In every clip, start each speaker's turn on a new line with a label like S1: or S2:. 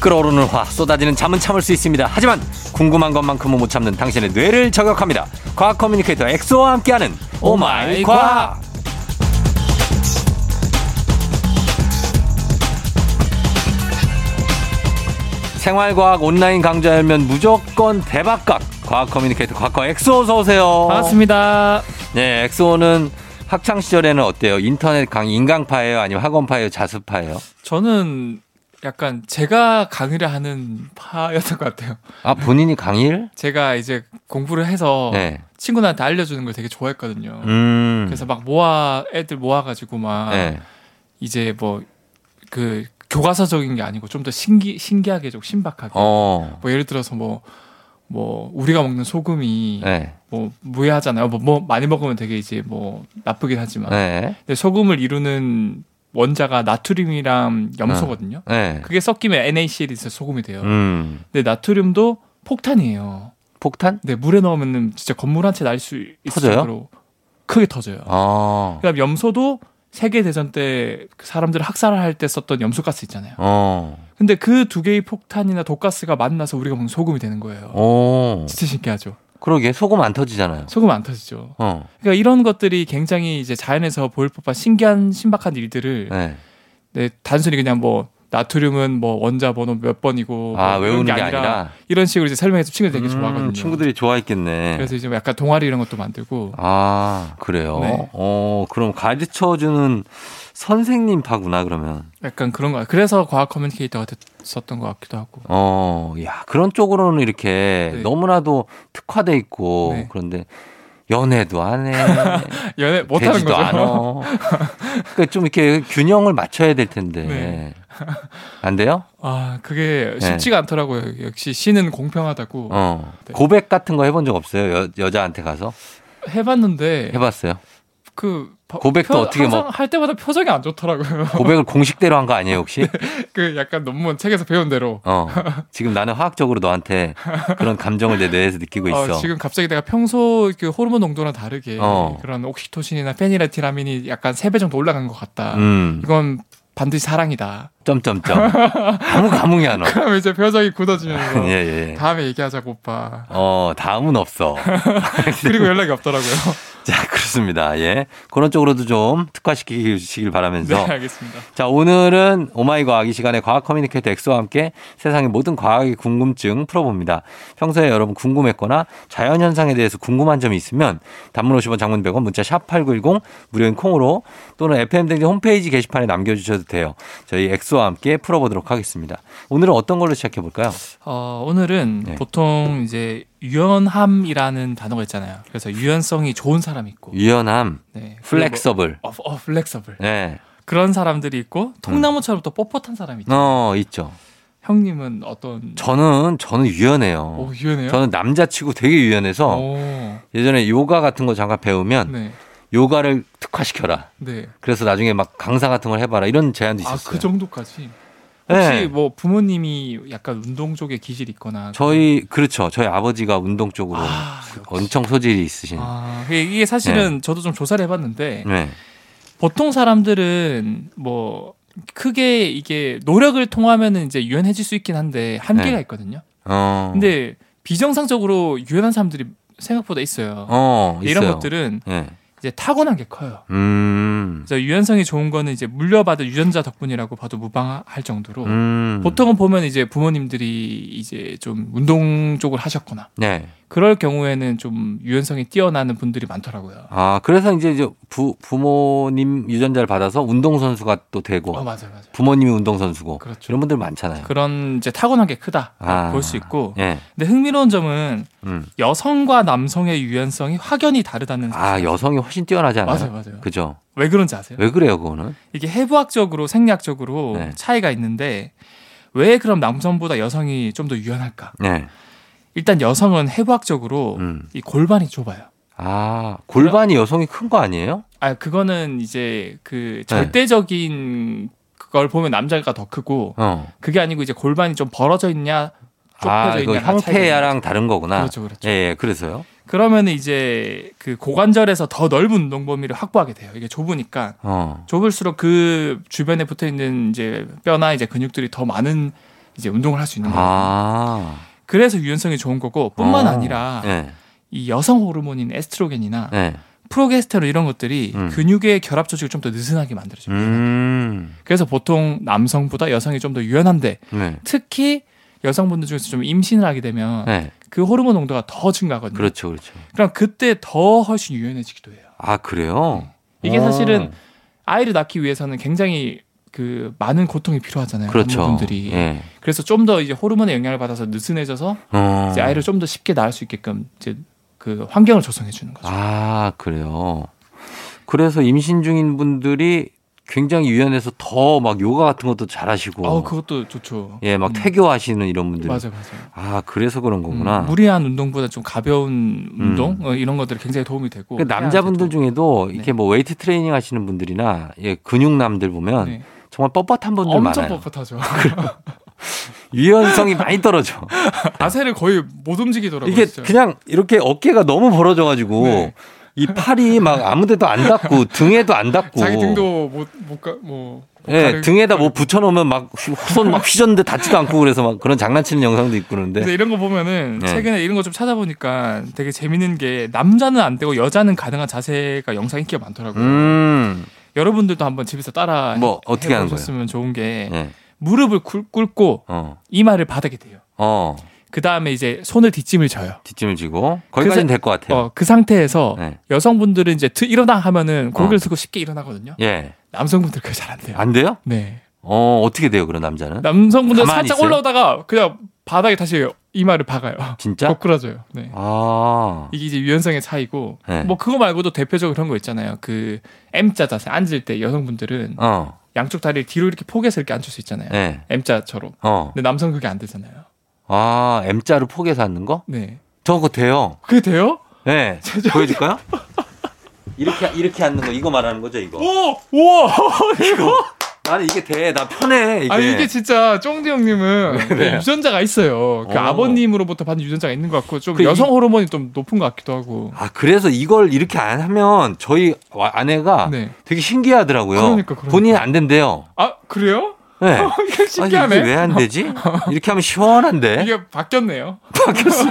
S1: 끓어오르는 화 쏟아지는 잠은 참을 수 있습니다. 하지만 궁금한 것만큼은 못 참는 당신의 뇌를 저격합니다. 과학 커뮤니케이터 엑소와 함께하는 오마이 과학. 생활과학 온라인 강좌 열면 무조건 대박각 과학 커뮤니케이터 과거 엑소 어서 오세요.
S2: 반갑습니다.
S1: 네, 엑소는 학창 시절에는 어때요? 인터넷 강의 인강파예요, 아니면 학원파예요, 자습파예요?
S2: 저는 약간 제가 강의를 하는 파였던 것 같아요.
S1: 아 본인이 강의를?
S2: 제가 이제 공부를 해서
S1: 네.
S2: 친구들한테 알려주는 걸 되게 좋아했거든요.
S1: 음.
S2: 어. 그래서 막 모아 애들 모아가지고 막
S1: 네.
S2: 이제 뭐 그 교과서적인 게 아니고 좀 더 신기 신기하게 좀 신박하게
S1: 어.
S2: 뭐 예를 들어서 뭐 뭐 우리가 먹는 소금이
S1: 네.
S2: 뭐 무해하잖아요. 뭐, 뭐 많이 먹으면 되게 이제 뭐 나쁘긴 하지만
S1: 네.
S2: 근데 소금을 이루는 원자가
S1: 음.
S2: 나트륨이랑 염소거든요.
S1: 네.
S2: 그게 섞이면 NaCl이 소금이 돼요.
S1: 음.
S2: 근데 나트륨도 폭탄이에요.
S1: 폭탄?
S2: 근데 물에 넣으면은 진짜 건물 한 채 날 수 있을
S1: 터져요?
S2: 정도로 크게 터져요.
S1: 어.
S2: 그다음 염소도 세계 대전 때그 사람들 학살을 할 때 썼던 염소 가스 있잖아요.
S1: 어.
S2: 근데 그 두 개의 폭탄이나 독가스가 만나서 우리가 먹는 소금이 되는 거예요.
S1: 어. 오.
S2: 진짜 신기하죠.
S1: 그러게 소금 안 터지잖아요.
S2: 소금 안 터지죠.
S1: 어.
S2: 그러니까 이런 것들이 굉장히 이제 자연에서 보일 법한 신기한 신박한 일들을
S1: 네.
S2: 네, 단순히 그냥 뭐 나트륨은 뭐 원자 번호 몇 번이고
S1: 아
S2: 뭐
S1: 외우는
S2: 이런
S1: 게 아니라.
S2: 이런 식으로 이제 설명해서 친구들이 되게
S1: 음,
S2: 좋아하거든요.
S1: 친구들이 좋아했겠네.
S2: 그래서 이제 뭐 약간 동아리 이런 것도 만들고
S1: 아 그래요.
S2: 네.
S1: 어 그럼 가르쳐 주는 선생님 파구나 그러면.
S2: 약간 그런 거 그래서 과학 커뮤니케이터가 됐었던 것 같기도 하고
S1: 어, 야, 그런 쪽으로는 이렇게
S2: 네.
S1: 너무나도 특화돼 있고
S2: 네.
S1: 그런데 연애도 안 해.
S2: 연애 못하는
S1: 되지도
S2: 거죠.
S1: 않아. 그러니까 좀 이렇게 균형을 맞춰야 될 텐데.
S2: 네.
S1: 안 돼요?
S2: 아 그게 쉽지가 않더라고요. 역시 시는 공평하다고
S1: 네. 어.
S2: 네.
S1: 고백 같은 거 해본 적 없어요? 여, 여자한테 가서?
S2: 해봤는데
S1: 해봤어요?
S2: 그 바-
S1: 고백도 어떻게
S2: 항상
S1: 뭐-
S2: 할 때마다 표정이 안 좋더라고요.
S1: 고백을 공식대로 한 거 아니에요, 혹시?
S2: 그 약간 논문 책에서 배운 대로
S1: 어. 지금 나는 화학적으로 너한테 그런 감정을 내 뇌에서 느끼고
S2: 어,
S1: 있어.
S2: 지금 갑자기 내가 평소 그 호르몬 농도랑 다르게
S1: 어.
S2: 그런 옥시토신이나 페니라티라민이 약간 3배 정도 올라간 것 같다.
S1: 음.
S2: 이건 반드시 사랑이다.
S1: 점점점. 아무 감흥이 안 와.
S2: 그럼 이제 표정이 굳어지면서
S1: 예, 예.
S2: 다음에 얘기하자고 오빠.
S1: 어, 다음은 없어.
S2: 그리고 연락이 없더라고요.
S1: 자, 그렇습니다. 예. 그런 쪽으로도 좀 특화시키시길
S2: 네,
S1: 바라면서.
S2: 알겠습니다.
S1: 자, 오늘은 오마이 과학 이 시간에 과학 커뮤니케이터 엑소와 함께 세상의 모든 과학의 궁금증 풀어봅니다. 평소에 여러분 궁금했거나 자연현상에 대해서 궁금한 점이 있으면 단문 50원 장문 100원 문자 샵8910 무료인 콩으로 또는 FM등지 홈페이지 게시판에 남겨주셔도 돼요. 저희 엑소와 함께 풀어보도록 하겠습니다. 오늘은 어떤 걸로 시작해볼까요?
S2: 어, 오늘은
S1: 네.
S2: 보통 이제 유연함이라는 단어가 있잖아요. 그래서 유연성이 좋은 사람이 있고,
S1: 유연함,
S2: 네.
S1: 플렉서블.
S2: 어, 어, 플렉서블.
S1: 네.
S2: 그런 사람들이 있고, 통나무처럼 또 뻣뻣한 사람이 있죠.
S1: 어, 있죠.
S2: 형님은 어떤.
S1: 저는, 저는 유연해요.
S2: 오, 유연해요? 어.
S1: 저는 어. 남자치고 되게 유연해서
S2: 오,
S1: 예전에 요가 같은 거 잠깐 배우면
S2: 네.
S1: 요가를 특화시켜라.
S2: 네.
S1: 그래서 나중에 막 강사 같은 걸 해봐라. 이런 제안도
S2: 아,
S1: 있었어요.
S2: 그 정도까지. 혹시
S1: 네.
S2: 뭐 부모님이 약간 운동 쪽에 기질이 있거나.
S1: 저희 그렇죠. 저희 아버지가 그 운동 쪽으로
S2: 아,
S1: 엄청 소질이 있으신.
S2: 아, 이게- 이게 사실은 저도 좀 조사를 해봤는데
S1: 네.
S2: 보통 사람들은 뭐 크게 이게 노력을 통하면은 이제 유연해질 수 있긴 한데 한계가
S1: 네.
S2: 있거든요.
S1: 어.
S2: 근데 비정상적으로 유연한 사람들이 생각보다 있어요.
S1: 어 있어요.
S2: 이런 것들은
S1: 네.
S2: 이제 타고난 게 커요.
S1: 음.
S2: 그래서 유연성이 좋은 거는 이제 물려받은 유전자 덕분이라고 봐도 무방할 정도로
S1: 음.
S2: 보통은 보면 이제 부모님들이 이제 좀 운동 쪽을 하셨거나
S1: 네.
S2: 그럴 경우에는 좀 유연성이 뛰어나는 분들이 많더라고요.
S1: 아 그래서 이제 이제 부 부모님 유전자를 받아서 운동 선수가 또 되고
S2: 어, 맞아요, 맞아요.
S1: 부모님이 운동 선수고
S2: 그렇죠.
S1: 어, 이런 분들 많잖아요.
S2: 그런 이제 타고난 게 크다
S1: 아.
S2: 볼 수 있고.
S1: 예.
S2: 근데 흥미로운 점은
S1: 음.
S2: 여성과 남성의 유연성이 확연히 다르다는
S1: 아
S2: 사실.
S1: 여성이 훨씬 뛰어나지 않아요?
S2: 맞아요, 맞아요. 네.
S1: 그죠.
S2: 왜 그런지 아세요?
S1: 왜 그래요 그거는?
S2: 이게 해부학적으로 생리학적으로
S1: 네.
S2: 차이가 있는데 왜 그럼 남성보다 여성이 좀 더 유연할까?
S1: 네.
S2: 일단 여성은 해부학적으로
S1: 음.
S2: 이 골반이 좁아요.
S1: 아 골반이 여성이 큰 거 아니에요?
S2: 아 그거는 이제
S1: 네.
S2: 그 절대적인 그걸 보면 남자가 더 크고
S1: 어.
S2: 그게 아니고 이제 골반이 좀 벌어져 있냐
S1: 아,
S2: 좁혀져
S1: 이거
S2: 있냐 랑
S1: 형태야랑 다른 거구나.
S2: 그렇죠 그렇죠
S1: 예, 예, 그래서요.
S2: 그러면 이제 그 고관절에서 더 넓은 운동 범위를 확보하게 돼요 이게 좁으니까
S1: 어.
S2: 좁을수록 그 주변에 붙어 있는 이제 뼈나 이제 근육들이 더 많은 이제 운동을 할 수 있는 거예요.
S1: 아.
S2: 그래서 유연성이 좋은 거고 뿐만
S1: 어.
S2: 아니라
S1: 네.
S2: 이 여성 호르몬인 에스트로겐이나
S1: 네.
S2: 프로게스테론 이런 것들이
S1: 음.
S2: 근육의 결합 조직을 좀 더 느슨하게 만들어줘요.
S1: 음.
S2: 그래서 보통 남성보다 여성이 좀 더 유연한데
S1: 네.
S2: 특히 여성분들 중에서 좀 임신을 하게 되면
S1: 네.
S2: 그 호르몬 농도가 더 증가하거든요.
S1: 그렇죠. 그렇죠.
S2: 그럼 그때 더 훨씬 유연해지기도 해요.
S1: 아, 그래요?
S2: 네.
S1: 어.
S2: 이게
S1: 오.
S2: 사실은 아이를 낳기 위해서는 굉장히 그 많은 고통이 필요하잖아요.
S1: 그렇죠.
S2: 분들이
S1: 예.
S2: 그래서 좀 더 이제 호르몬의 영향을 받아서 느슨해져서
S1: 어.
S2: 이제 아이를 좀 더 쉽게 낳을 수 있게끔 이제 그 환경을 조성해 주는 거죠.
S1: 아, 그래요. 그래서 임신 중인 분들이 굉장히 유연해서 더 막 요가 같은 것도 잘 하시고
S2: 어, 그것도 좋죠.
S1: 예, 막
S2: 음,
S1: 태교하시는 이런 분들.
S2: 맞아요, 맞아요.
S1: 아, 그래서 그런 거구나. 음.
S2: 음, 무리한 운동보다 좀 가벼운 운동 어, 이런 것들이 굉장히 도움이 되고 네,
S1: 그 남자분들
S2: 태아한테도.
S1: 중에도 이렇게 뭐 웨이트 트레이닝 하시는 분들이나 예, 근육남들 보면
S2: 네.
S1: 정말 뻣뻣한 분들
S2: 엄청
S1: 많아요.
S2: 뻣뻣하죠.
S1: 유연성이 많이 떨어져.
S2: 자세를 거의 못 움직이더라고요.
S1: 이게
S2: 진짜.
S1: 그냥 이렇게 어깨가 너무 벌어져 가지고
S2: 네.
S1: 이 팔이 막 아무데도 안 닿고 등에도 안 닿고
S2: 자기 등도 못못가뭐
S1: 예,
S2: 가려-
S1: 등에다 뭐 붙여놓으면 막 휘- 후손 막 휘졌는데 닿지도 않고 그래서 막 그런 장난치는 영상도 있고 그런데
S2: 근데 이런 거 보면은
S1: 네.
S2: 최근에 이런 거 좀 찾아보니까 되게 재밌는 게 남자는 안 되고 여자는 가능한 자세가 영상 인기가 많더라고요.
S1: 음,
S2: 여러분들도 한번 집에서 따라
S1: 뭐 어떻게 하는 거예요?
S2: 해보셨으면 좋은 게
S1: 예,
S2: 무릎을 꿇- 꿇고
S1: 어,
S2: 이마를 바닥에 대요.
S1: 어,
S2: 그 다음에 이제 손을 뒷짐을 져요.
S1: 뒷짐을 쥐고 거기까지는 될 것 같아요.
S2: 어, 그 상태에서
S1: 네.
S2: 여성분들은 이제 드- 일어나 하면은 고개를
S1: 어. 아.
S2: 쓰고 쉽게 일어나거든요.
S1: 예,
S2: 남성분들 그게 잘 안 돼요.
S1: 안 돼요?
S2: 네.
S1: 어, 어떻게 돼요, 그런 남자는?
S2: 남성분들
S1: 가만히
S2: 살짝
S1: 있어요?
S2: 올라오다가 그냥 바닥에 다시 이마를 박아요.
S1: 진짜?
S2: 거꾸라져요. 네.
S1: 아,
S2: 이게 이제 유연성의 차이고
S1: 네.
S2: 뭐 그거 말고도 대표적으로 그런 거 있잖아요. 그 M자 자세 앉을 때 여성분들은
S1: 어,
S2: 양쪽 다리를 뒤로 이렇게 포개서 이렇게 앉을 수 있잖아요.
S1: 예,
S2: M자처럼.
S1: 어,
S2: 근데 남성 그게 안 되잖아요.
S1: 아, M자로 포개서 앉는 거?
S2: 네.
S1: 저거 돼요.
S2: 그게 돼요?
S1: 예,
S2: 죄송해요.
S1: 보여줄까요? 이렇게 이렇게 앉는 거 이거 말하는 거죠, 이거?
S2: 오! 우와!
S1: 나는 이게 돼, 나 편해 이게.
S2: 아니 이게 진짜 쫑디 형님은
S1: 네.
S2: 유전자가 있어요. 그
S1: 어.
S2: 아버님으로부터 받은 유전자가 있는 것 같고 좀
S1: 그 이-
S2: 여성 호르몬이 좀 높은 것 같기도 하고.
S1: 아 그래서 이걸 이렇게 안 하면 저희 와- 아내가
S2: 네.
S1: 되게 신기하더라고요.
S2: 그러니까, 그러니까.
S1: 본인이 안 된대요.
S2: 아 그래요?
S1: 네.
S2: 이게 신기하네.
S1: 이게 왜 안 되지? 이렇게 하면 시원한데
S2: 이게 바뀌었네요.
S1: 아. 바뀌었어.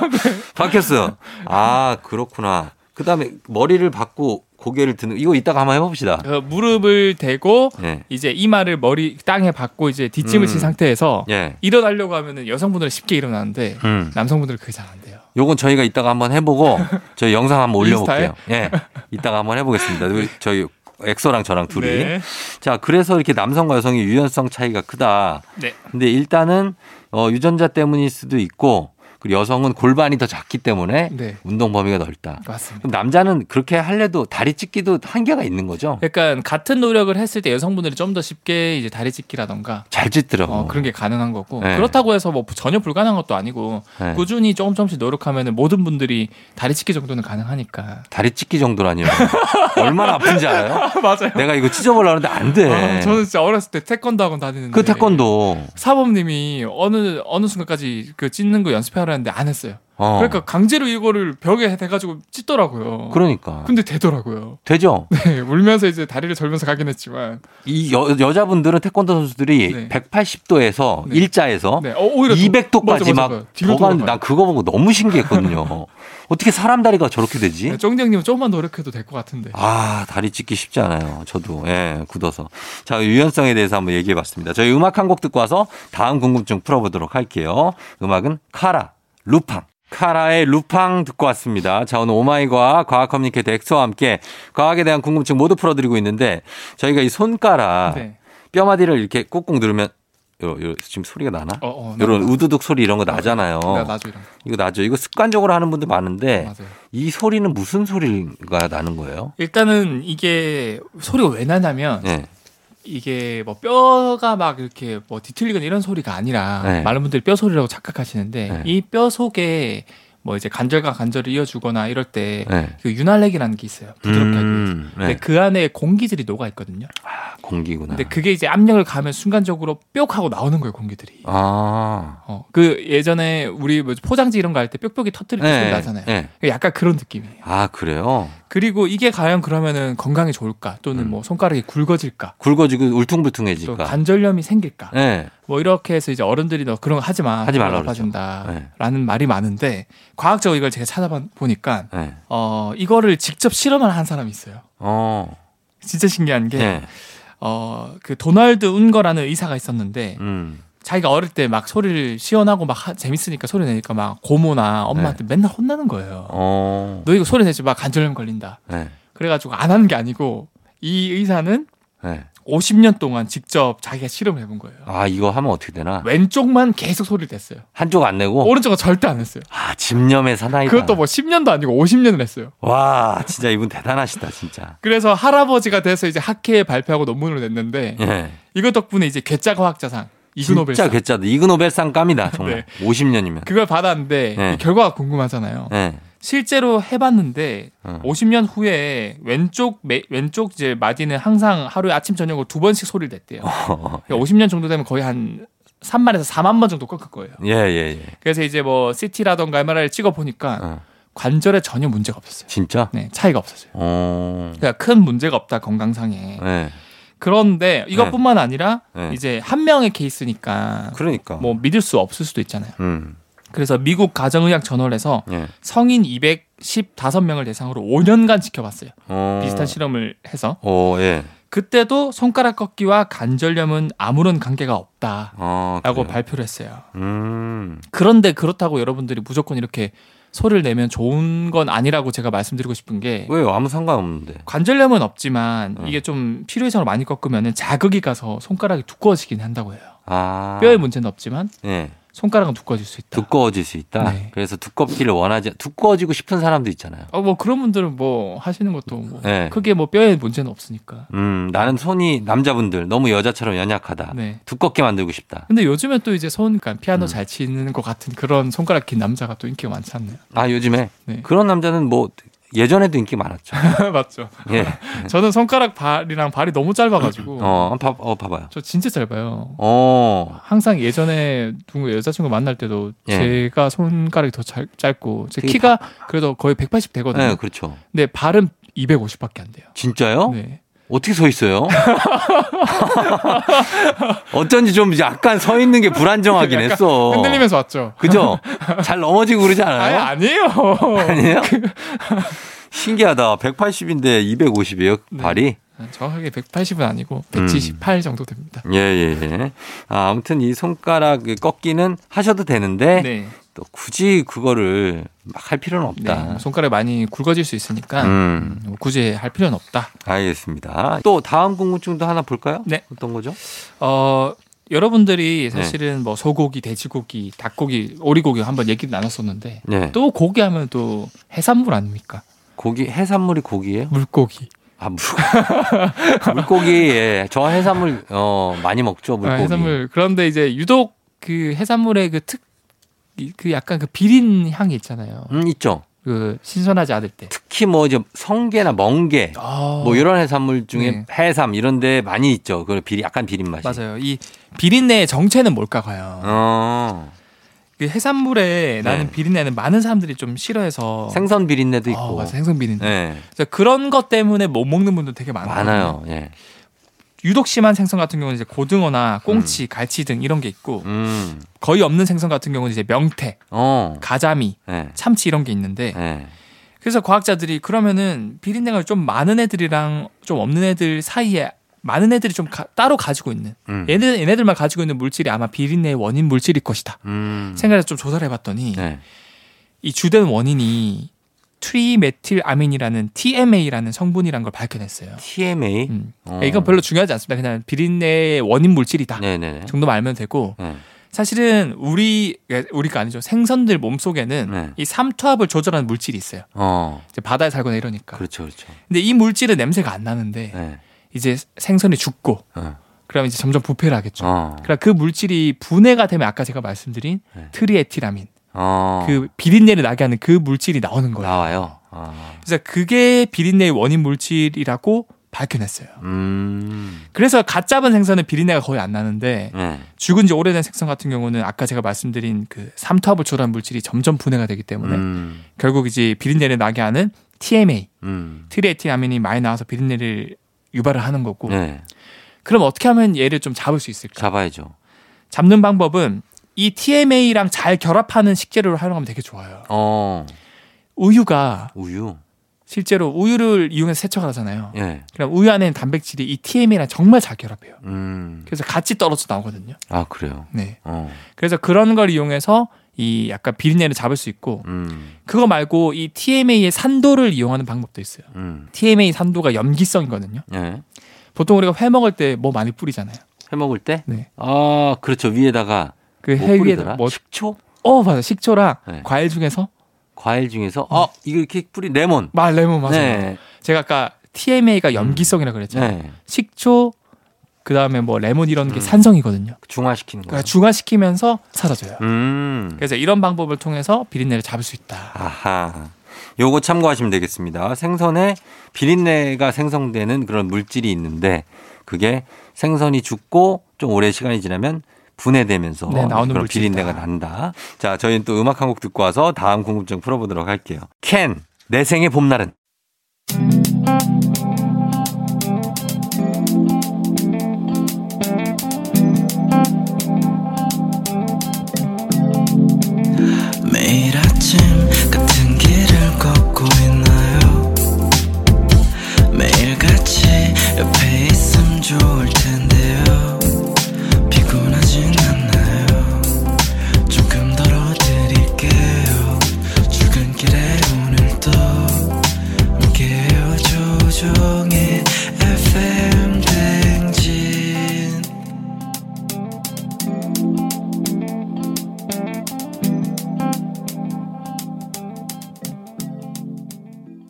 S1: 바뀌었어. 아 그렇구나. 그다음에 머리를 받고 고개를 드는 이거 이따가 한번 해봅시다.
S2: 그 무릎을 대고
S1: 예,
S2: 이제 이마를 머리 땅에 박고 이제 뒷짐을
S1: 음.
S2: 친 상태에서
S1: 예,
S2: 일어나려고 하면은 여성분들은 쉽게 일어나는데
S1: 음.
S2: 남성분들은 그게 잘 안 돼요.
S1: 요건 저희가 이따가 한번 해보고 저희 영상 한번
S2: 인스타에?
S1: 올려볼게요. 예, 이따가 한번 해보겠습니다. 우리 저희 엑소랑 저랑 둘이.
S2: 네.
S1: 자, 그래서 이렇게 남성과 여성의 유연성 차이가 크다.
S2: 네.
S1: 근데 일단은 어, 유전자 때문일 수도 있고 그리고 여성은 골반이 더 작기 때문에
S2: 네.
S1: 운동 범위가 넓다.
S2: 맞습니다.
S1: 그럼 남자는 그렇게 할래도 다리 찢기도 한계가 있는 거죠?
S2: 그러니까 같은 노력을 했을 때 여성분들이 좀 더 쉽게 이제 다리 찢기라던가
S1: 잘 찢더라고.
S2: 어, 그런 게 가능한 거고
S1: 네.
S2: 그렇다고 해서 뭐 전혀 불가능한 것도 아니고
S1: 네.
S2: 꾸준히 조금 조금씩 노력하면 모든 분들이 다리 찢기 정도는 가능하니까
S1: 다리 찢기 정도라니요. 얼마나 아픈지 알아요?
S2: 맞아요.
S1: 내가 이거 찢어보려고 하는데 안 돼.
S2: 아, 저는 네. 진짜 어렸을 때 태권도 학원 다니는데
S1: 네. 그 태권도.
S2: 사범님이 어느 어느 순간까지 그 찢는 거 연습하라는데 안 했어요.
S1: 어.
S2: 그러니까 강제로 이거를 벽에 대가지고 찢더라고요.
S1: 그러니까.
S2: 근데 되더라고요.
S1: 되죠.
S2: 네, 울면서 이제 다리를 절면서 가긴 했지만
S1: 이 여, 여자분들은 태권도 선수들이
S2: 네.
S1: 180도에서
S2: 네.
S1: 일자에서
S2: 네, 어, 오히려 더-
S1: 200도까지
S2: 맞아, 맞아, 맞아.
S1: 막
S2: 뒤로
S1: 더 가는데
S2: 돌아가요.
S1: 난 그거 보고 너무 신기했거든요. 어떻게 사람 다리가 저렇게 되지?
S2: 네, 쫑디 형님은 조금만 노력해도 될 것 같은데.
S1: 아, 다리 찢기 쉽지 않아요. 저도, 예, 굳어서. 자, 유연성에 대해서 한번 얘기해 봤습니다. 저희 음악 한 곡 듣고 와서 다음 궁금증 풀어보도록 할게요. 음악은 카라, 루팡. 카라의 루팡 듣고 왔습니다. 자, 오늘 오마이과학, 과학 커뮤니케이터 엑소와 함께 과학에 대한 궁금증 모두 풀어드리고 있는데 저희가 이 손가락,
S2: 네.
S1: 뼈마디를 이렇게 꾹꾹 누르면 요, 요, 지금 소리가 나나?
S2: 어, 어,
S1: 이런 우두둑 소리 이런 거 나잖아요.
S2: 나, 네. 나죠 이런. 거.
S1: 이거 나죠. 이거 습관적으로 하는 분들 많은데
S2: 맞아요.
S1: 이 소리는 무슨 소리가 나는 거예요?
S2: 일단은 이게 소리가 왜 나냐면
S1: 네.
S2: 이게 뭐 뼈가 막 이렇게 뭐 뒤틀리거나 이런 소리가 아니라
S1: 네.
S2: 많은 분들이 뼈 소리라고 착각하시는데
S1: 네.
S2: 이 뼈 속에 뭐 이제 간절과 간절을 이어주거나 이럴 때 그
S1: 네.
S2: 윤활렉이라는 게 있어요. 부드럽게. 하기 위해서.
S1: 음, 네.
S2: 근데 그 안에 공기들이 녹아 있거든요.
S1: 아, 공기구나.
S2: 근데 그게 이제 압력을 가면 순간적으로 뾱하고 나오는 거예요, 공기들이.
S1: 아.
S2: 어, 그 예전에 우리 뭐 포장지 이런 거 할 때 뾱뾱이 터뜨릴 때 소리 나잖아요. 네.
S1: 네.
S2: 약간 그런 느낌이에요.
S1: 아, 그래요?
S2: 그리고 이게 과연 그러면은 건강에 좋을까? 또는
S1: 음.
S2: 뭐 손가락이 굵어질까?
S1: 굵어지고
S2: 또
S1: 울퉁불퉁해지니까.
S2: 관절염이 생길까?
S1: 네.
S2: 뭐 이렇게 해서 이제 어른들이 너 그런 거 하지 마.
S1: 하지 말라 그러죠. 네.
S2: 봐준다라는 말이 많은데 과학적으로 이걸 제가 찾아보니까
S1: 네.
S2: 어 이거를 직접 실험을 한 사람이 있어요.
S1: 어.
S2: 진짜 신기한 게
S1: 네.
S2: 어, 그 도널드 운거라는 의사가 있었는데
S1: 음.
S2: 자기가 어릴 때 막 소리를 시원하고 막 하- 재밌으니까 소리 내니까 막 고모나 엄마한테
S1: 네.
S2: 맨날 혼나는 거예요.
S1: 어.
S2: 너 이거 소리 내지 마 관절염 걸린다.
S1: 네.
S2: 그래가지고 안 하는 게 아니고 이 의사는
S1: 네.
S2: 50년 동안 직접 자기가 실험을 해본 거예요.
S1: 아, 이거 하면 어떻게 되나?
S2: 왼쪽만 계속 소리를 냈어요.
S1: 한쪽 안 내고?
S2: 오른쪽은 절대 안 했어요.
S1: 아, 집념의 사나이다.
S2: 그것도 뭐 10년도 아니고 50년을 했어요.
S1: 와, 진짜 이분 대단하시다, 진짜.
S2: 그래서 할아버지가 돼서 이제 학회에 발표하고 논문을 냈는데
S1: 예.
S2: 이거 덕분에 이제 괴짜 과학자상
S1: 진짜
S2: 네. 이그노벨상 네.
S1: 괴짜다. 이그노벨상 깜이다, 정말. 50년이면.
S2: 그걸 받았는데
S1: 네.
S2: 이 결과가 궁금하잖아요.
S1: 예.
S2: 실제로 해봤는데
S1: 어.
S2: 50년 후에 왼쪽 매- 왼쪽 이제 마디는 항상 하루에 아침 저녁으로 두 번씩 소리를 냈대요.
S1: 어.
S2: 그러니까 50년 정도 되면 거의 한 3만에서 4만 번 정도 꺾을 거예요.
S1: 예, 예, 예.
S2: 그래서 이제 뭐 CT라던가 MRI를 찍어 보니까
S1: 어.
S2: 관절에 전혀 문제가 없었어요.
S1: 진짜?
S2: 네, 차이가 없었어요.
S1: 어.
S2: 그러니까 큰 문제가 없다 건강상에.
S1: 예.
S2: 그런데 이것뿐만 아니라
S1: 네.
S2: 네. 이제 한 명의 케이스니까
S1: 그러니까.
S2: 뭐 믿을 수 없을 수도 있잖아요.
S1: 음.
S2: 그래서 미국 가정의학 저널에서
S1: 예.
S2: 성인 215명을 대상으로 5년간 지켜봤어요.
S1: 어.
S2: 비슷한 실험을 해서
S1: 어, 예.
S2: 그때도 손가락 꺾기와 관절염은 아무런 관계가 없다라고
S1: 어. 그래요.
S2: 발표를 했어요.
S1: 음.
S2: 그런데 그렇다고 여러분들이 무조건 이렇게 소리를 내면 좋은 건 아니라고 제가 말씀드리고 싶은 게
S1: 왜요? 아무 상관없는데.
S2: 관절염은 없지만
S1: 음.
S2: 이게 좀 필요 이상으로 많이 꺾으면 자극이 가서 손가락이 두꺼워지긴 한다고 해요.
S1: 아.
S2: 뼈의 문제는 없지만
S1: 예.
S2: 손가락은 두꺼워질 수 있다.
S1: 두꺼워질 수 있다.
S2: 네.
S1: 그래서 두껍기를 원하지 두꺼워지고 싶은 사람도 있잖아요.
S2: 어, 뭐 그런 분들은 뭐 하시는 것도 뭐
S1: 네.
S2: 크게 뭐 뼈에 문제는 없으니까.
S1: 음, 나는 손이 남자분들 너무 여자처럼 연약하다.
S2: 네.
S1: 두껍게 만들고 싶다.
S2: 근데 요즘에 또 이제 손, 그러니까 피아노
S1: 음.
S2: 잘 치는 것 같은 그런 손가락 긴 남자가 또 인기가 많지 않나요?
S1: 아, 요즘에
S2: 네.
S1: 그런 남자는 뭐 예전에도 인기 많았죠.
S2: 맞죠.
S1: 예.
S2: 저는 손가락 발이랑 발이 너무 짧아가지고
S1: 어, 한번 봐, 어, 봐봐요.
S2: 저 진짜 짧아요.
S1: 어,
S2: 항상 예전에 누구 여자친구 만날 때도
S1: 예.
S2: 제가 손가락이 더 잘- 짧고 제
S1: 되게
S2: 키가 그래도 거의 180 되거든요.
S1: 네, 그렇죠.
S2: 근데 발은 250밖에 안 돼요.
S1: 진짜요?
S2: 네.
S1: 어떻게 서 있어요? 어쩐지 좀 약간 서 있는 게 불안정하긴
S2: 약간
S1: 했어.
S2: 흔들리면서 왔죠.
S1: 그죠? 잘 넘어지고 그러지
S2: 아니
S1: 않아요?
S2: 아니에요. 그
S1: 아니에요? 신기하다. 180인데 250이에요,
S2: 네.
S1: 발이?
S2: 정확하게 180은 아니고 178 정도 됩니다.
S1: 예, 예, 예. 아, 아무튼 이 손가락 꺾기는 하셔도 되는데,
S2: 네.
S1: 또 굳이 그거를 막 할 필요는
S2: 네.
S1: 없다.
S2: 뭐 손가락 많이 굵어질 수 있으니까
S1: 음,
S2: 뭐 굳이 할 필요는 없다.
S1: 알겠습니다. 또 다음 궁금증도 하나 볼까요?
S2: 네.
S1: 어떤 거죠?
S2: 어
S1: 네.
S2: 여러분들이 사실은 뭐 소고기, 돼지고기, 닭고기, 오리고기 한번 얘기 나눴었는데
S1: 네.
S2: 또 고기 하면 또 해산물 아닙니까?
S1: 고기, 해산물이 고기예요?
S2: 물고기.
S1: 아, 물고기. 물고기, 예. 저 해산물, 어, 많이 먹죠,
S2: 아,
S1: 물고기.
S2: 해산물. 그런데 이제 유독 그 해산물의 그 특 그 약간 그 비린 향이 있잖아요.
S1: 음, 있죠.
S2: 그 신선하지 않을 때.
S1: 특히 뭐, 이제 성게나 멍게,
S2: 아,
S1: 뭐, 이런 해산물 중에
S2: 네.
S1: 해삼, 이런 데 많이 있죠. 그 비리, 약간 비린 맛이.
S2: 맞아요. 이 비린내의 정체는 뭘까 봐요.
S1: 어,
S2: 그 해산물에 나는
S1: 네.
S2: 비린내는 많은 사람들이 좀 싫어해서
S1: 생선 비린내도
S2: 어,
S1: 있고.
S2: 맞아, 생선 비린내.
S1: 예.
S2: 그래서 그런 것 때문에 못 먹는 분들 되게 많아요.
S1: 많아요. 예.
S2: 유독 심한 생선 같은 경우는 이제 고등어나 꽁치, 갈치 등 이런 게 있고
S1: 음.
S2: 거의 없는 생선 같은 경우는 이제 명태,
S1: 어.
S2: 가자미,
S1: 예.
S2: 참치 이런 게 있는데
S1: 예.
S2: 그래서 과학자들이 그러면은 비린내가 좀 많은 애들이랑 좀 없는 애들 사이에 많은 애들이 좀 가- 따로 가지고 있는
S1: 음.
S2: 얘네 얘네들만 가지고 있는 물질이 아마 비린내의 원인 물질일 것이다
S1: 음.
S2: 생각해서 좀 조사를 해봤더니
S1: 네.
S2: 이 주된 원인이 트리메틸아민이라는 TMA라는 성분이란 걸 밝혀냈어요.
S1: TMA.
S2: 음.
S1: 어.
S2: 이건 별로 중요하지 않습니다. 그냥 비린내의 원인 물질이다
S1: 네네네.
S2: 정도만 알면 되고
S1: 네.
S2: 사실은 우리 우리가 아니죠 생선들 몸 속에는
S1: 네.
S2: 이 삼투압을 조절하는 물질이 있어요.
S1: 어.
S2: 이제 바다에 살거나 이러니까.
S1: 그렇죠, 그렇죠.
S2: 근데 이 물질은 냄새가 안 나는데
S1: 네.
S2: 이제 생선이 죽고
S1: 어.
S2: 그러면 이제 점점 부패를 하겠죠.
S1: 어.
S2: 그러니까 그 물질이 분해가 되면 아까 제가 말씀드린
S1: 네.
S2: 트리에티라민
S1: 어.
S2: 그 비린내를 나게 하는 그 물질이 나오는 거예요.
S1: 나와요. 아.
S2: 그래서 그게 비린내의 원인 물질이라고 밝혀냈어요.
S1: 음.
S2: 그래서 갓 잡은 생선은 비린내가 거의 안 나는데
S1: 네.
S2: 죽은 지 오래된 생선 같은 경우는 아까 제가 말씀드린 그 삼투압을 조절한 물질이 점점 분해가 되기 때문에
S1: 음.
S2: 결국 이제 비린내를 나게 하는 TMA
S1: 음.
S2: 트리에티아민이 많이 나와서 비린내를 유발을 하는 거고
S1: 네.
S2: 그럼 어떻게 하면 얘를 좀 잡을 수 있을까?
S1: 잡아야죠.
S2: 잡는 방법은 이 TMA랑 잘 결합하는 식재료를 활용하면 되게 좋아요.
S1: 어,
S2: 우유가
S1: 우유.
S2: 실제로 우유를 이용해서 세척을 하잖아요.
S1: 예.
S2: 그럼 우유 안에 있는 단백질이 이 TMA랑 정말 잘 결합해요.
S1: 음.
S2: 그래서 같이 떨어져 나오거든요.
S1: 아, 그래요.
S2: 네.
S1: 어.
S2: 그래서 그런 걸 이용해서 이 약간 비린내를 잡을 수 있고
S1: 음.
S2: 그거 말고 이 TMA의 산도를 이용하는 방법도 있어요.
S1: 음.
S2: TMA 산도가 염기성이거든요.
S1: 예.
S2: 보통 우리가 회 먹을 때 뭐 많이 뿌리잖아요.
S1: 해 먹을 때?
S2: 네.
S1: 아, 그렇죠. 위에다가
S2: 그
S1: 뭐
S2: 회 위에
S1: 뿌리더라?
S2: 뭐
S1: 식초?
S2: 어, 맞아. 식초랑
S1: 네.
S2: 과일 중에서
S1: 과일 중에서 아, 이거 이렇게 뿌리 레몬.
S2: 마 레몬 음. 맞아요.
S1: 네. 음.
S2: 제가 아까 TMA가 염기성이라 그랬잖아요.
S1: 네.
S2: 식초 그다음에 뭐 레몬 이런 게
S1: 음.
S2: 산성이거든요.
S1: 중화시키는 거.
S2: 그러니까 중화시키면서 사라져요.
S1: 음.
S2: 그래서 이런 방법을 통해서 비린내를 잡을 수 있다.
S1: 아하. 요거 참고하시면 되겠습니다. 생선에 비린내가 생성되는 그런 물질이 있는데 그게 생선이 죽고 좀 오래 시간이 지나면 분해되면서
S2: 네, 나오는
S1: 그런
S2: 물질이다.
S1: 비린내가 난다. 자, 저희는 또 음악 한 곡 듣고 와서 다음 궁금증 풀어보도록 할게요. 캔, 내 생의 봄날은.
S3: 매일 아침 같은 길을 걷고 있나요 매일 같이 옆에 있음 좋을 텐데요 피곤하진 않나요 조금 덜어드릴게요 출근길에 오늘도 함께해요 조종의 FM 댕진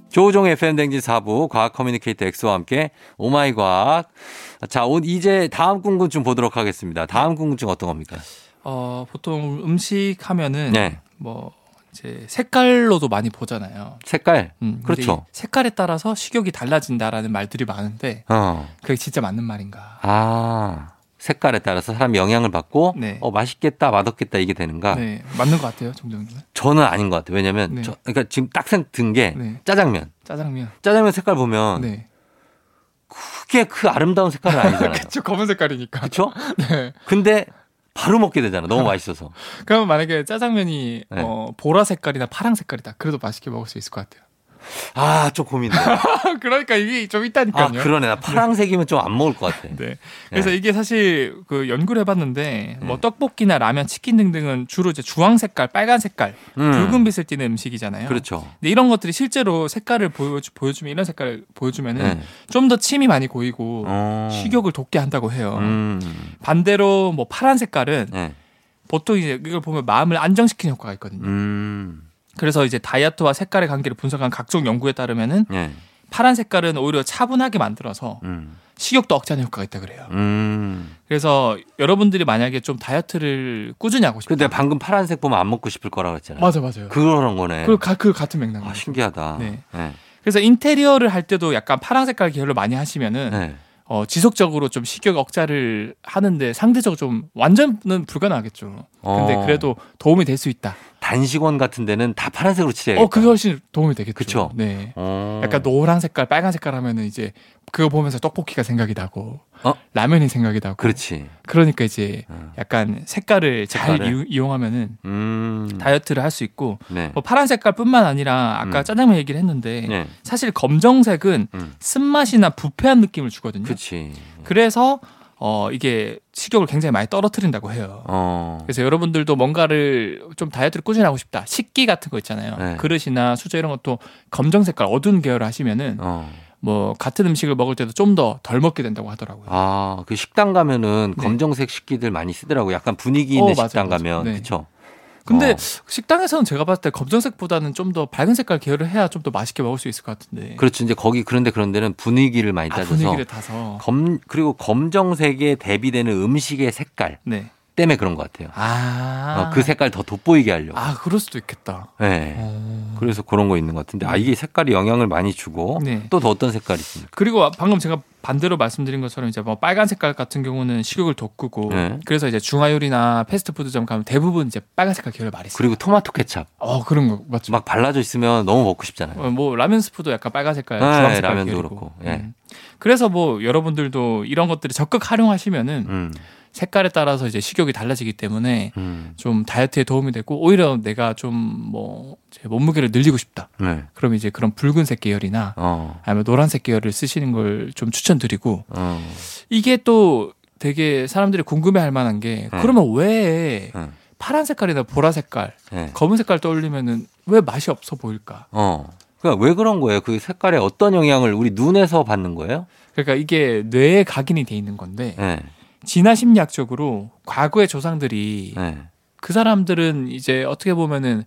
S1: 조우종 FM 댕진 4부 과학 커뮤니케이터 엑소와 함께 오마이 과학. 자, 오늘 이제 다음 궁금증 보도록 하겠습니다. 다음 궁금증 어떤 겁니까?
S2: 어, 보통 음식 하면은
S1: 네.
S2: 뭐 이제 색깔로도 많이 보잖아요.
S1: 색깔.
S2: 음, 근데
S1: 그렇죠.
S2: 이 색깔에 따라서 식욕이 달라진다라는 말들이 많은데
S1: 어.
S2: 그게 진짜 맞는 말인가?
S1: 아 색깔에 따라서 사람이 영향을 받고
S2: 네.
S1: 어 맛있겠다 맛없겠다 이게 되는가
S2: 네, 맞는 것 같아요, 정정님은.
S1: 저는 아닌 것 같아요 왜냐면
S2: 네.
S1: 저 그러니까 지금 딱 생든 게
S2: 네.
S1: 짜장면
S2: 짜장면.
S1: 짜장면 색깔 보면
S2: 네.
S1: 크게 그 아름다운 색깔은 아니잖아요
S2: 그쵸, 검은 색깔이니까.
S1: 그렇죠
S2: 네.
S1: 근데 바로 먹게 되잖아 너무 맛있어서
S2: 그러면 만약에 짜장면이
S1: 네.
S2: 어, 보라 색깔이나 파랑 색깔이다. 그래도 맛있게 먹을 수 있을 것 같아요.
S1: 아 좀 고민돼
S2: 그러니까 이게 좀
S1: 아
S2: 있다니까요.
S1: 그러네 나 파랑색이면 좀 안 먹을 것 같아
S2: 네. 그래서 이게 사실 그 연구를 해봤는데
S1: 음.
S2: 뭐 떡볶이나 라면, 치킨 등등은 주로 이제 주황 색깔, 빨간 색깔,
S1: 음.
S2: 붉은빛을 띠는 음식이잖아요.
S1: 그렇죠
S2: 근데 이런 것들이 실제로 색깔을 보여주, 보여주면 이런 색깔을 보여주면은
S1: 네.
S2: 좀 더 침이 많이 고이고
S1: 어.
S2: 뭐 식욕을 돋게 한다고 해요.
S1: 음.
S2: 반대로 뭐 파란 색깔은
S1: 네.
S2: 보통 이제 이걸 보면 마음을 안정시키는 효과가 있거든요.
S1: 음.
S2: 그래서 이제 다이어트와 색깔의 관계를 분석한 각종 연구에 따르면은
S1: 네.
S2: 파란 색깔은 오히려 차분하게 만들어서
S1: 음.
S2: 식욕도 억제하는 효과가 있다 그래요.
S1: 음.
S2: 그래서 여러분들이 만약에 좀 다이어트를 꾸준히 하고 싶다.
S1: 근데 방금 파란색 보면 안 먹고 싶을 거라고 했잖아
S2: 맞아 맞아요. 그,
S1: 그런 거네.
S2: 그, 그 같은 맥락.
S1: 아,
S2: 아,
S1: 신기하다.
S2: 네.
S1: 네.
S2: 그래서 인테리어를 할 때도 약간 파란 색깔 계열로 많이 하시면은
S1: 네.
S2: 어, 지속적으로 좀 식욕 억제를 하는데 상대적으로 좀 완전은 불가능하겠죠. 근데
S1: 어.
S2: 그래도 도움이 될 수 있다.
S1: 단식원 같은 데는 다 파란색으로 칠해야
S2: 어, 그게 훨씬 도움이 되겠죠.
S1: 예, 그러니까. 그쵸?
S2: 네.
S1: 어.
S2: 약간 노란 색깔, 빨간 색깔 하면은 이제 그거 보면서 떡볶이가 생각이 나고
S1: 어?
S2: 라면이 생각이 나고.
S1: 그렇지.
S2: 러니까 이제
S1: 어.
S2: 약간 색깔을 잘
S1: 색깔을.
S2: 이용- 이용하면은
S1: 음.
S2: 다이어트를 할 수 있고
S1: 네.
S2: 뭐 파란 색깔뿐만 아니라 아까
S1: 음.
S2: 짜장면 얘기를 했는데
S1: 네.
S2: 사실 검정색은
S1: 음.
S2: 쓴맛이나 부패한 느낌을 주거든요.
S1: 그렇지.
S2: 래서 어, 이게 식욕을 굉장히 많이 떨어뜨린다고 해요.
S1: 어.
S2: 그래서 여러분들도 뭔가를 좀 다이어트를 꾸준히 하고 싶다. 식기 같은 거 있잖아요.
S1: 네.
S2: 그릇이나 수저 이런 것도 검정 색깔 어두운 계열을 하시면은
S1: 어.
S2: 뭐 같은 음식을 먹을 때도 좀 더 덜 먹게 된다고 하더라고요.
S1: 아, 그 식당 가면은
S2: 네.
S1: 검정색 식기들 많이 쓰더라고. 약간 분위기
S2: 어,
S1: 있는
S2: 맞아요,
S1: 식당
S2: 맞아요.
S1: 가면.
S2: 네.
S1: 그렇죠.
S2: 근데
S1: 어.
S2: 식당에서는 제가 봤을 때 검정색보다는 좀 더 밝은 색깔 계열을 해야 좀 더 맛있게 먹을 수 있을 것 같은데.
S1: 그렇지. 이제 거기 그런데 그런 데는 분위기를 많이
S2: 네. 아,
S1: 따져서
S2: 분위기를 타서.
S1: 검 그리고 검정색에 대비되는 음식의 색깔
S2: 네.
S1: 때문에 그런 것 같아요.
S2: 아.
S1: 어, 그 색깔 더 돋보이게 하려고.
S2: 아, 어. 그럴 수도 있겠다.
S1: 네. 그래서 그런 거 있는 것 같은데 아 이게 색깔이 영향을 많이 주고
S2: 네.
S1: 또 더 어떤 색깔이 있습니까?
S2: 그리고 아, 방금 제가 반대로 말씀드린 것처럼 이제 뭐 빨간 색깔 같은 경우는 식욕을 돋구고
S1: 네.
S2: 그래서 이제 중화요리나 패스트푸드점 가면 대부분 이제 빨간 색깔 계열 많이 있어요.
S1: 그리고 토마토 케찹
S2: 어 그런 거 맞죠.
S1: 막 발라져 있으면 너무 먹고 싶잖아요.
S2: 어, 뭐 라면 스프도 약간 빨간 색깔,
S1: 네,
S2: 주황 색깔
S1: 라면도
S2: 계열이고. 음.
S1: 그렇고, 예.
S2: 그래서 뭐 여러분들도 이런 것들을 적극 활용하시면은
S1: 음.
S2: 색깔에 따라서 이제 식욕이 달라지기 때문에
S1: 음.
S2: 좀 다이어트에 도움이 되고 오히려 내가 좀 뭐 몸무게를 늘리고 싶다.
S1: 네.
S2: 그럼 이제 그런 붉은색 계열이나
S1: 어.
S2: 아니면 노란색 계열을 쓰시는 걸 좀 추천드리고
S1: 어.
S2: 이게 또 되게 사람들이 궁금해할 만한 게
S1: 네.
S2: 그러면 왜
S1: 네.
S2: 파란 색깔이나 보라 색깔,
S1: 네.
S2: 검은 색깔 떠올리면은 왜 맛이 없어 보일까?
S1: 어. 그러니까 왜 그런 거예요? 그 색깔에 어떤 영향을 우리 눈에서 받는 거예요?
S2: 그러니까 이게 뇌에 각인이 돼 있는 건데
S1: 네.
S2: 진화 심리학적으로 과거의 조상들이
S1: 네.
S2: 그 사람들은 이제 어떻게 보면은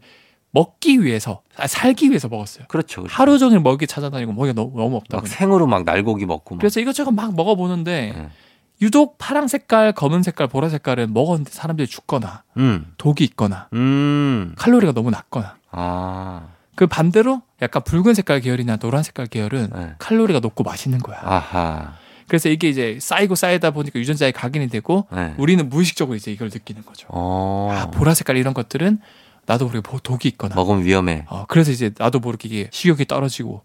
S2: 먹기 위해서 아, 살기 위해서 먹었어요.
S1: 그렇죠. 그렇죠.
S2: 하루 종일 먹이 찾아다니고 먹이가 너무, 너무 없다
S1: 막
S2: 보니
S1: 생으로 막 날고기 먹고 막.
S2: 그래서 이것저것 막 먹어보는데
S1: 네.
S2: 유독 파란 색깔, 검은 색깔, 보라 색깔은 먹었는데 사람들이 죽거나
S1: 음.
S2: 독이 있거나
S1: 음.
S2: 칼로리가 너무 낮거나
S1: 아.
S2: 그 반대로 약간 붉은 색깔 계열이나 노란 색깔 계열은
S1: 네.
S2: 칼로리가 높고 맛있는 거야.
S1: 아하.
S2: 그래서 이게 이제 쌓이고 쌓이다 보니까 유전자에 각인이 되고
S1: 네.
S2: 우리는 무의식적으로 이제 이걸 느끼는 거죠.
S1: 어.
S2: 아, 보라 색깔 이런 것들은 나도 모르게 보- 독이 있거나
S1: 먹으면 위험해.
S2: 어, 그래서 이제 나도 모르게 이게 식욕이 떨어지고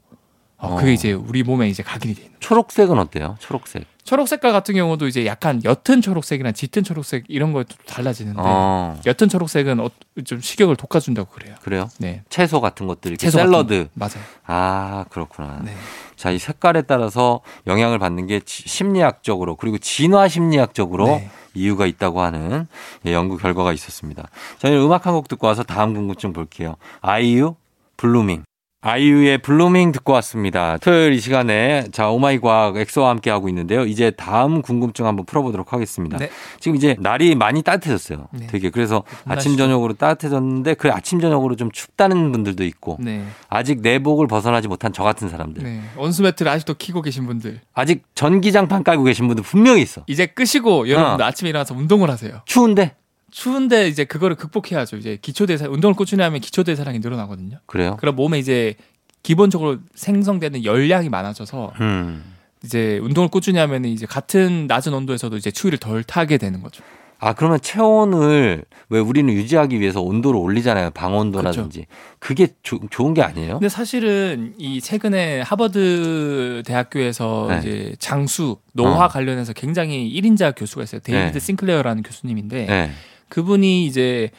S2: 어,
S1: 어.
S2: 그게 이제 우리 몸에 이제 각인이 돼 있는 거예요.
S1: 초록색은 어때요? 초록색.
S2: 초록 색깔 같은 경우도 이제 약간 옅은 초록색이나 짙은 초록색 이런 것도 달라지는데
S1: 어.
S2: 옅은 초록색은 어, 좀 식욕을 돋궈준다고 그래요.
S1: 그래요?
S2: 네.
S1: 채소 같은 것들, 이렇게
S2: 채소 같은
S1: 샐러드.
S2: 거. 맞아요.
S1: 아, 그렇구나.
S2: 네.
S1: 자, 이 색깔에 따라서 영향을 받는 게 지- 심리학적으로 그리고 진화 심리학적으로
S2: 네.
S1: 이유가 있다고 하는 예, 연구 결과가 있었습니다. 저희는 음악 한 곡 듣고 와서 다음 궁금증 볼게요. 아이유 블루밍. 아이유의 블루밍 듣고 왔습니다. 토요일 이 시간에 자 오마이 과학 엑소와 함께 하고 있는데요. 이제 다음 궁금증 한번 풀어보도록 하겠습니다.
S2: 네.
S1: 지금 이제 날이 많이 따뜻해졌어요.
S2: 네.
S1: 되게 그래서 아침
S2: 날씨도.
S1: 저녁으로 따뜻해졌는데 그 아침 저녁으로 좀 춥다는 분들도 있고
S2: 네.
S1: 아직 내복을 벗어나지 못한 저 같은 사람들
S2: 네. 원수 매트를 아직도 키고 계신 분들
S1: 아직 전기장판 깔고 계신 분들 분명히 있어.
S2: 이제 끄시고 여러분
S1: 어.
S2: 들 아침에 일어나서 운동을 하세요.
S1: 추운데
S2: 추운데 이제 그거를 극복해야죠. 이제 기초 대사 운동을 꾸준히 하면 기초 대사량이 늘어나거든요.
S1: 그래요?
S2: 그럼 몸에 이제 기본적으로 생성되는 열량이 많아져서
S1: 음.
S2: 이제 운동을 꾸준히 하면 이제 같은 낮은 온도에서도 이제 추위를 덜 타게 되는 거죠.
S1: 아 그러면 체온을 왜 우리는 유지하기 위해서 온도를 올리잖아요. 방온도라든지
S2: 그렇죠.
S1: 그게 좋은 게 아니에요?
S2: 근데 사실은 이 최근에 하버드 대학교에서
S1: 네.
S2: 이제 장수 노화
S1: 어.
S2: 관련해서 굉장히 1인자 교수가 있어요. 데이비드
S1: 네.
S2: 싱클레어라는 교수님인데
S1: 네.
S2: 그분이 이제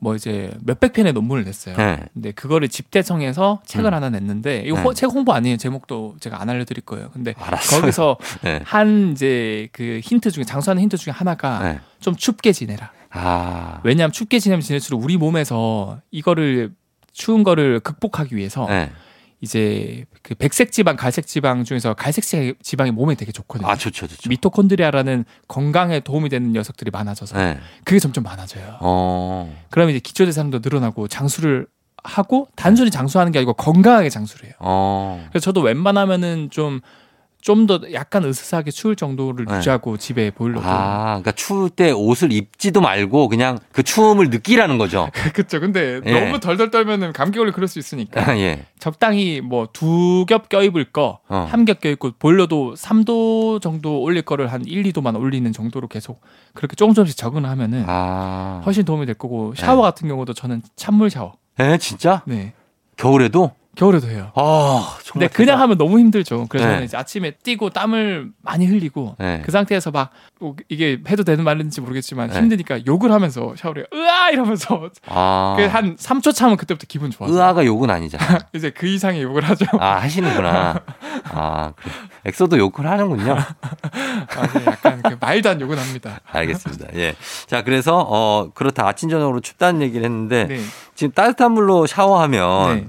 S2: 뭐 이제 몇백 편의 논문을 냈어요.
S1: 네.
S2: 근데 그거를 집대청해서 책을
S1: 음.
S2: 하나 냈는데 이거
S1: 네.
S2: 호, 책 홍보 아니에요. 제목도 제가 안 알려드릴 거예요. 근데
S1: 알았어요.
S2: 거기서
S1: 네.
S2: 한 이제 그 힌트 중에 장수하는 힌트 중에 하나가
S1: 네.
S2: 좀 춥게 지내라.
S1: 아.
S2: 왜냐하면 춥게 지내면 지낼수록 우리 몸에서 이거를 추운 거를 극복하기 위해서
S1: 네.
S2: 이제 그 백색 지방, 갈색 지방 중에서 갈색 지- 지방이 몸에 되게 좋거든요.
S1: 아 좋죠, 좋죠.
S2: 미토콘드리아라는 건강에 도움이 되는 녀석들이 많아져서
S1: 네.
S2: 그게 점점 많아져요.
S1: 어.
S2: 그러면 이제 기초대사량도 늘어나고 장수를 하고 단순히 장수하는 게 아니고 건강하게 장수를 해요.
S1: 어.
S2: 그래서 저도 웬만하면은 좀 좀 더 약간 으스스하게 추울 정도를
S1: 네.
S2: 유지하고 집에 보일러도
S1: 아, 그러니까 추울 때 옷을 입지도 말고 그냥 그 추움을 느끼라는 거죠.
S2: 그쵸 근데
S1: 예.
S2: 너무 덜덜 떨면은 감기 걸릴 그럴 수 있으니까
S1: 예.
S2: 적당히 뭐 두 겹 껴입을 거,
S1: 어.
S2: 한 겹 껴입고 보일러도 3도 정도 올릴 거를 한 1, 2도만 올리는 정도로 계속 그렇게 조금 조금씩 적응하면은
S1: 아. 네.
S2: 훨씬 도움이 될 거고 샤워 같은 경우도 저는 찬물 샤워,
S1: 에 예, 진짜?
S2: 네
S1: 겨울에도?
S2: 겨울에도 해요.
S1: 아, 정말.
S2: 근데 그냥 하면 너무 힘들죠. 그래서
S1: 네.
S2: 저는 이제 아침에 뛰고 땀을 많이 흘리고
S1: 네.
S2: 그 상태에서 막 뭐 이게 해도 되는 말인지 모르겠지만
S1: 네.
S2: 힘드니까 욕을 하면서 샤워를 해요. 으아 이러면서
S1: 아.
S2: 그한 3초 참으면 그때부터 기분 좋아요.
S1: 의아가 욕은 아니잖아.
S2: 이제 그 이상의 욕을 하죠.
S1: 아, 하시는구나. 아, 그래. 엑소도 욕을 하는군요.
S2: 아, 네, 약간 그 말도 안 욕은 합니다.
S1: 알겠습니다. 예. 자, 그래서, 어, 그렇다. 아침, 저녁으로 춥다는 얘기를 했는데,
S2: 네.
S1: 지금 따뜻한 물로 샤워하면,
S2: 네.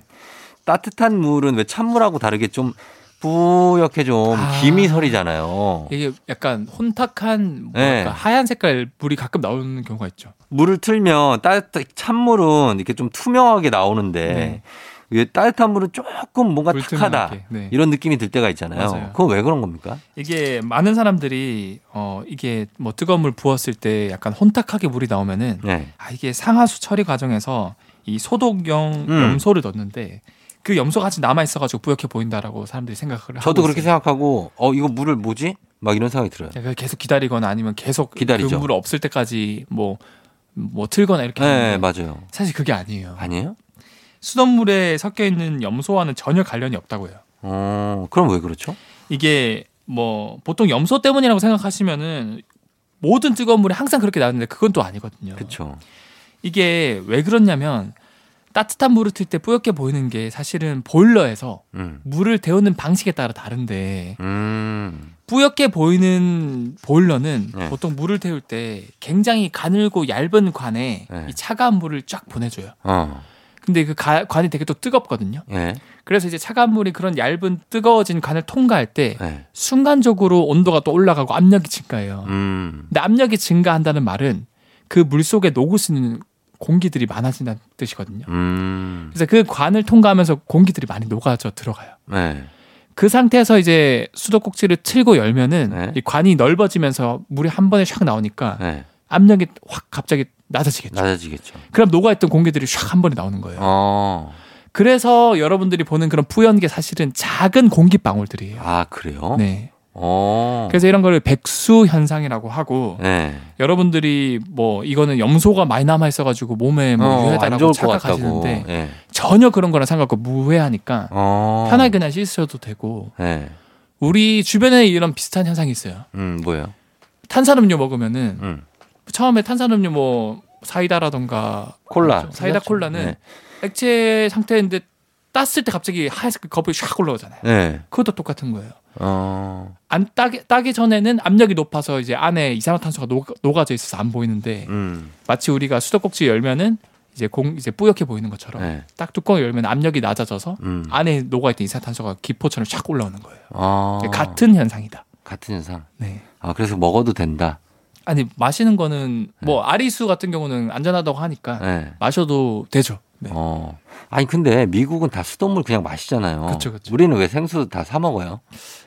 S1: 따뜻한 물은 왜 찬물하고 다르게 좀 뿌옇게 좀
S2: 아. 예.
S1: 김이 서리잖아요.
S2: 이게 약간 혼탁한
S1: 네.
S2: 뭐랄까 하얀 색깔 물이 가끔 나오는 경우가 있죠.
S1: 물을 틀면 따뜻, 찬물은 이렇게 좀 투명하게 나오는데,
S2: 네.
S1: 이게 따뜻한 물은 조금 뭔가 탁하다.
S2: 물투명하게. 네.
S1: 이런 느낌이 들 때가 있잖아요.
S2: 맞아요.
S1: 그건 왜 그런 겁니까?
S2: 이게 많은 사람들이 어 이게 뭐 뜨거운 물 부었을 때 약간 혼탁하게 물이 나오면은
S1: 네.
S2: 아 이게 상하수 처리 과정에서 이 소독용
S1: 음.
S2: 염소를 넣는데 그 염소가 아직 남아 있어가지고 뿌옇게 보인다라고 사람들이 생각을
S1: 저도
S2: 하고
S1: 그렇게
S2: 있어요.
S1: 생각하고, 어, 이거 물을 뭐지? 막 이런 생각이 들어요.
S2: 그러니까 계속 기다리거나 아니면 계속
S1: 기다리죠.
S2: 그물 없을 때까지 뭐 뭐 틀거나 이렇게
S1: 네,
S2: 하는데
S1: 맞아요.
S2: 사실 그게 아니에요.
S1: 아니에요?
S2: 수돗물에 섞여 있는 염소와는 전혀 관련이 없다고 해요.
S1: 어, 그럼 왜 그렇죠?
S2: 이게 뭐 보통 염소 때문이라고 생각하시면은 모든 뜨거운 물이 항상 그렇게 나오는데 그건 또 아니거든요.
S1: 그렇죠.
S2: 이게 왜 그렇냐면 따뜻한 물을 틀 때 뿌옇게 보이는 게 사실은 보일러에서
S1: 음.
S2: 물을 데우는 방식에 따라 다른데
S1: 음.
S2: 뿌옇게 보이는 보일러는
S1: 네.
S2: 보통 물을 데울 때 굉장히 가늘고 얇은 관에
S1: 네.
S2: 이 차가운 물을 쫙 보내줘요.
S1: 어.
S2: 근데 그 가- 관이 되게 또 뜨겁거든요.
S1: 예.
S2: 그래서 이제 차가운 물이 그런 얇은 뜨거워진 관을 통과할 때
S1: 예.
S2: 순간적으로 온도가 또 올라가고 압력이 증가해요.
S1: 음.
S2: 근데 압력이 증가한다는 말은 그 물 속에 녹을 수 있는 공기들이 많아진다는 뜻이거든요.
S1: 음.
S2: 그래서 그 관을 통과하면서 공기들이 많이 녹아져 들어가요.
S1: 예.
S2: 그 상태에서 이제 수도꼭지를 틀고 열면은
S1: 네.
S2: 이 관이 넓어지면서 물이 한 번에 샥 나오니까
S1: 예.
S2: 압력이 확 갑자기 낮아지겠죠.
S1: 낮아지겠죠.
S2: 그럼 녹아있던 공기들이 샥 한 번에 나오는 거예요.
S1: 어.
S2: 그래서 여러분들이 보는 그런 뿌연 게 사실은 작은 공기 방울들이에요.
S1: 아, 그래요?
S2: 네.
S1: 어.
S2: 그래서 이런 거를 백수 현상이라고 하고
S1: 예.
S2: 여러분들이 뭐 이거는 염소가 많이 남아 있어가지고 몸에 뭐
S1: 어, 안
S2: 유해다라고
S1: 좋을 것 같다고.
S2: 착각하시는데
S1: 예.
S2: 전혀 그런 거랑 상관없고 무해하니까
S1: 어.
S2: 편하게 그냥 씻으셔도 되고
S1: 예.
S2: 우리 주변에 이런 비슷한 현상이 있어요.
S1: 음, 뭐예요?
S2: 탄산음료 먹으면은
S1: 음.
S2: 처음에 탄산음료 뭐 사이다라던가
S1: 콜라. 그렇죠. 네.
S2: 사이다 콜라는 액체 상태인데 땄을 때 갑자기 하얀색 거품이 샥 올라오잖아요.
S1: 예. 예.
S2: 그것도 똑같은 거예요.
S1: 어.
S2: 안 따기, 따기 전에는 압력이 높아서 이제 안에 이산화탄소가 녹, 녹아져 있어서 안 보이는데
S1: 음.
S2: 마치 우리가 수도꼭지 열면은 이제 공 이제 뿌옇게 보이는 것처럼
S1: 예.
S2: 딱 뚜껑 열면 압력이 낮아져서
S1: 음.
S2: 안에 녹아있던 이산화탄소가 기포처럼 샥 올라오는 거예요.
S1: 어.
S2: 같은 현상이다.
S1: 같은 현상.
S2: 네.
S1: 아, 그래서 먹어도 된다.
S2: 아니 마시는 거는
S1: 네.
S2: 뭐 아리수 같은 경우는 안전하다고 하니까
S1: 예.
S2: 마셔도 되죠. 아, 네.
S1: 어. 아니 근데 미국은 다 수돗물 그냥 마시잖아요.
S2: 그쵸, 그쵸.
S1: 우리는 왜 생수 다 사 먹어요?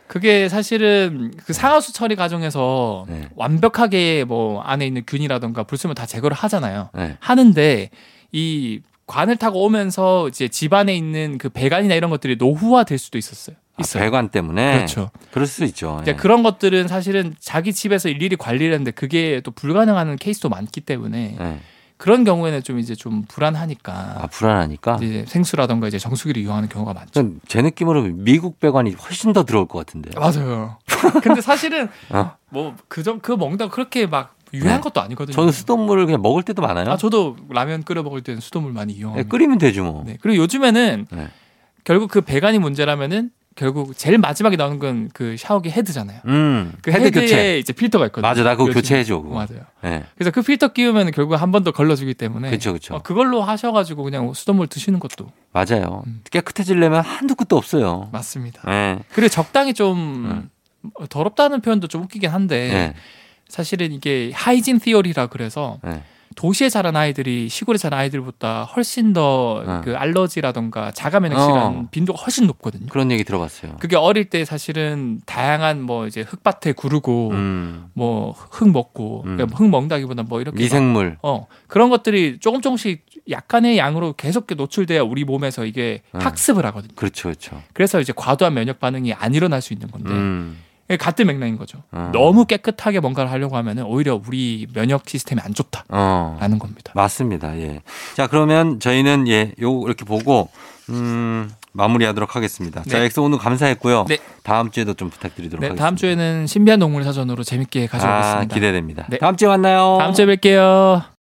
S2: 그게 사실은 그 상하수 처리 과정에서
S1: 네.
S2: 완벽하게 뭐 안에 있는 균이라던가 불순물 다 제거를 하잖아요.
S1: 네.
S2: 하는데 이 관을 타고 오면서 이제 집 안에 있는 그 배관이나 이런 것들이 노후화될 수도 있었어요.
S1: 아,
S2: 있어요.
S1: 배관 때문에.
S2: 그렇죠.
S1: 그럴 수 있죠.
S2: 이제
S1: 예.
S2: 그런 것들은 사실은 자기 집에서 일일이 관리를 하는데 그게 또 불가능한 케이스도 많기 때문에
S1: 예.
S2: 그런 경우에는 좀 이제 좀 불안하니까
S1: 아 불안하니까.
S2: 이제 생수라던가 이제 정수기를 이용하는 경우가 많죠.
S1: 전제 느낌으로 미국 배관이 훨씬 더 들어올 것 같은데.
S2: 네, 맞아요. 근데 사실은
S1: 어?
S2: 뭐그그 그 먹는다 그렇게 막 유해한 것도
S1: 네.
S2: 아니거든요.
S1: 저는 수돗물을 그냥 먹을 때도 많아요.
S2: 아 저도 라면 끓여 먹을 때는 수돗물 많이
S1: 예,
S2: 이용합니다.
S1: 끓이면 되죠 뭐.
S2: 네. 그리고 요즘에는
S1: 네.
S2: 결국 그 배관이 문제라면은 결국 제일 마지막에 나오는 건 그 샤워기 헤드잖아요.
S1: 음.
S2: 그
S1: 헤드
S2: 헤드에
S1: 교체.
S2: 이제 필터가 있거든요.
S1: 맞아, 나 그거
S2: 요즘에. 뭐
S1: 교체해줘. 그거.
S2: 맞아요.
S1: 예.
S2: 그래서 그 필터 끼우면 결국 한 번 더 걸러주기 때문에
S1: 그쵸, 그쵸.
S2: 어, 그걸로 하셔가지고 그냥 수돗물 드시는 것도
S1: 맞아요.
S2: 음.
S1: 깨끗해지려면 한두 끝도 없어요.
S2: 맞습니다.
S1: 예.
S2: 그리고 적당히 좀
S1: 아.
S2: 어, 더럽다는 표현도 좀 웃기긴 한데
S1: 예.
S2: 사실은 이게 하이진 티어리라 그래서
S1: 예.
S2: 도시에 자란 아이들이 시골에 자란 아이들보다 훨씬 더
S1: 응.
S2: 그 알러지라던가 자가면역 질환
S1: 아. 어.
S2: 빈도가 훨씬 높거든요.
S1: 그런 얘기 들어봤어요.
S2: 그게 어릴 때 사실은 다양한 뭐 이제 흙밭에 구르고
S1: 음.
S2: 뭐 흙 먹고
S1: 음.
S2: 그러니까 흙 먹는다기보다 뭐 이렇게 막-
S1: 미생물.
S2: 어 그런 것들이 조금 조금씩 약간의 양으로 계속 노출돼야 우리 몸에서 이게
S1: 응.
S2: 학습을 하거든요.
S1: 그렇죠, 그렇죠.
S2: 그래서 이제 과도한 면역 반응이 안 일어날 수 있는 건데
S1: 음.
S2: 이게 같은 맥락인 거죠.
S1: 어.
S2: 네. 너무 깨끗하게 뭔가를 하려고 하면은 오히려 우리 면역 시스템이 안 좋다라는
S1: 어.
S2: 겁니다.
S1: 맞습니다. 예. 자, 그러면 저희는 예, 요 이렇게 보고 음, 마무리하도록 하겠습니다. 자,
S2: 네.
S1: 엑소 오늘 감사했고요.
S2: 네.
S1: 다음 주에도 좀 부탁드리도록
S2: 네,
S1: 하겠습니다.
S2: 다음 주에는 신비한 동물 사전으로 재밌게
S1: 아,
S2: 가져오겠습니다.
S1: 기대됩니다.
S2: 네.
S1: 다음 주에 만나요.
S2: 다음 주에 뵐게요.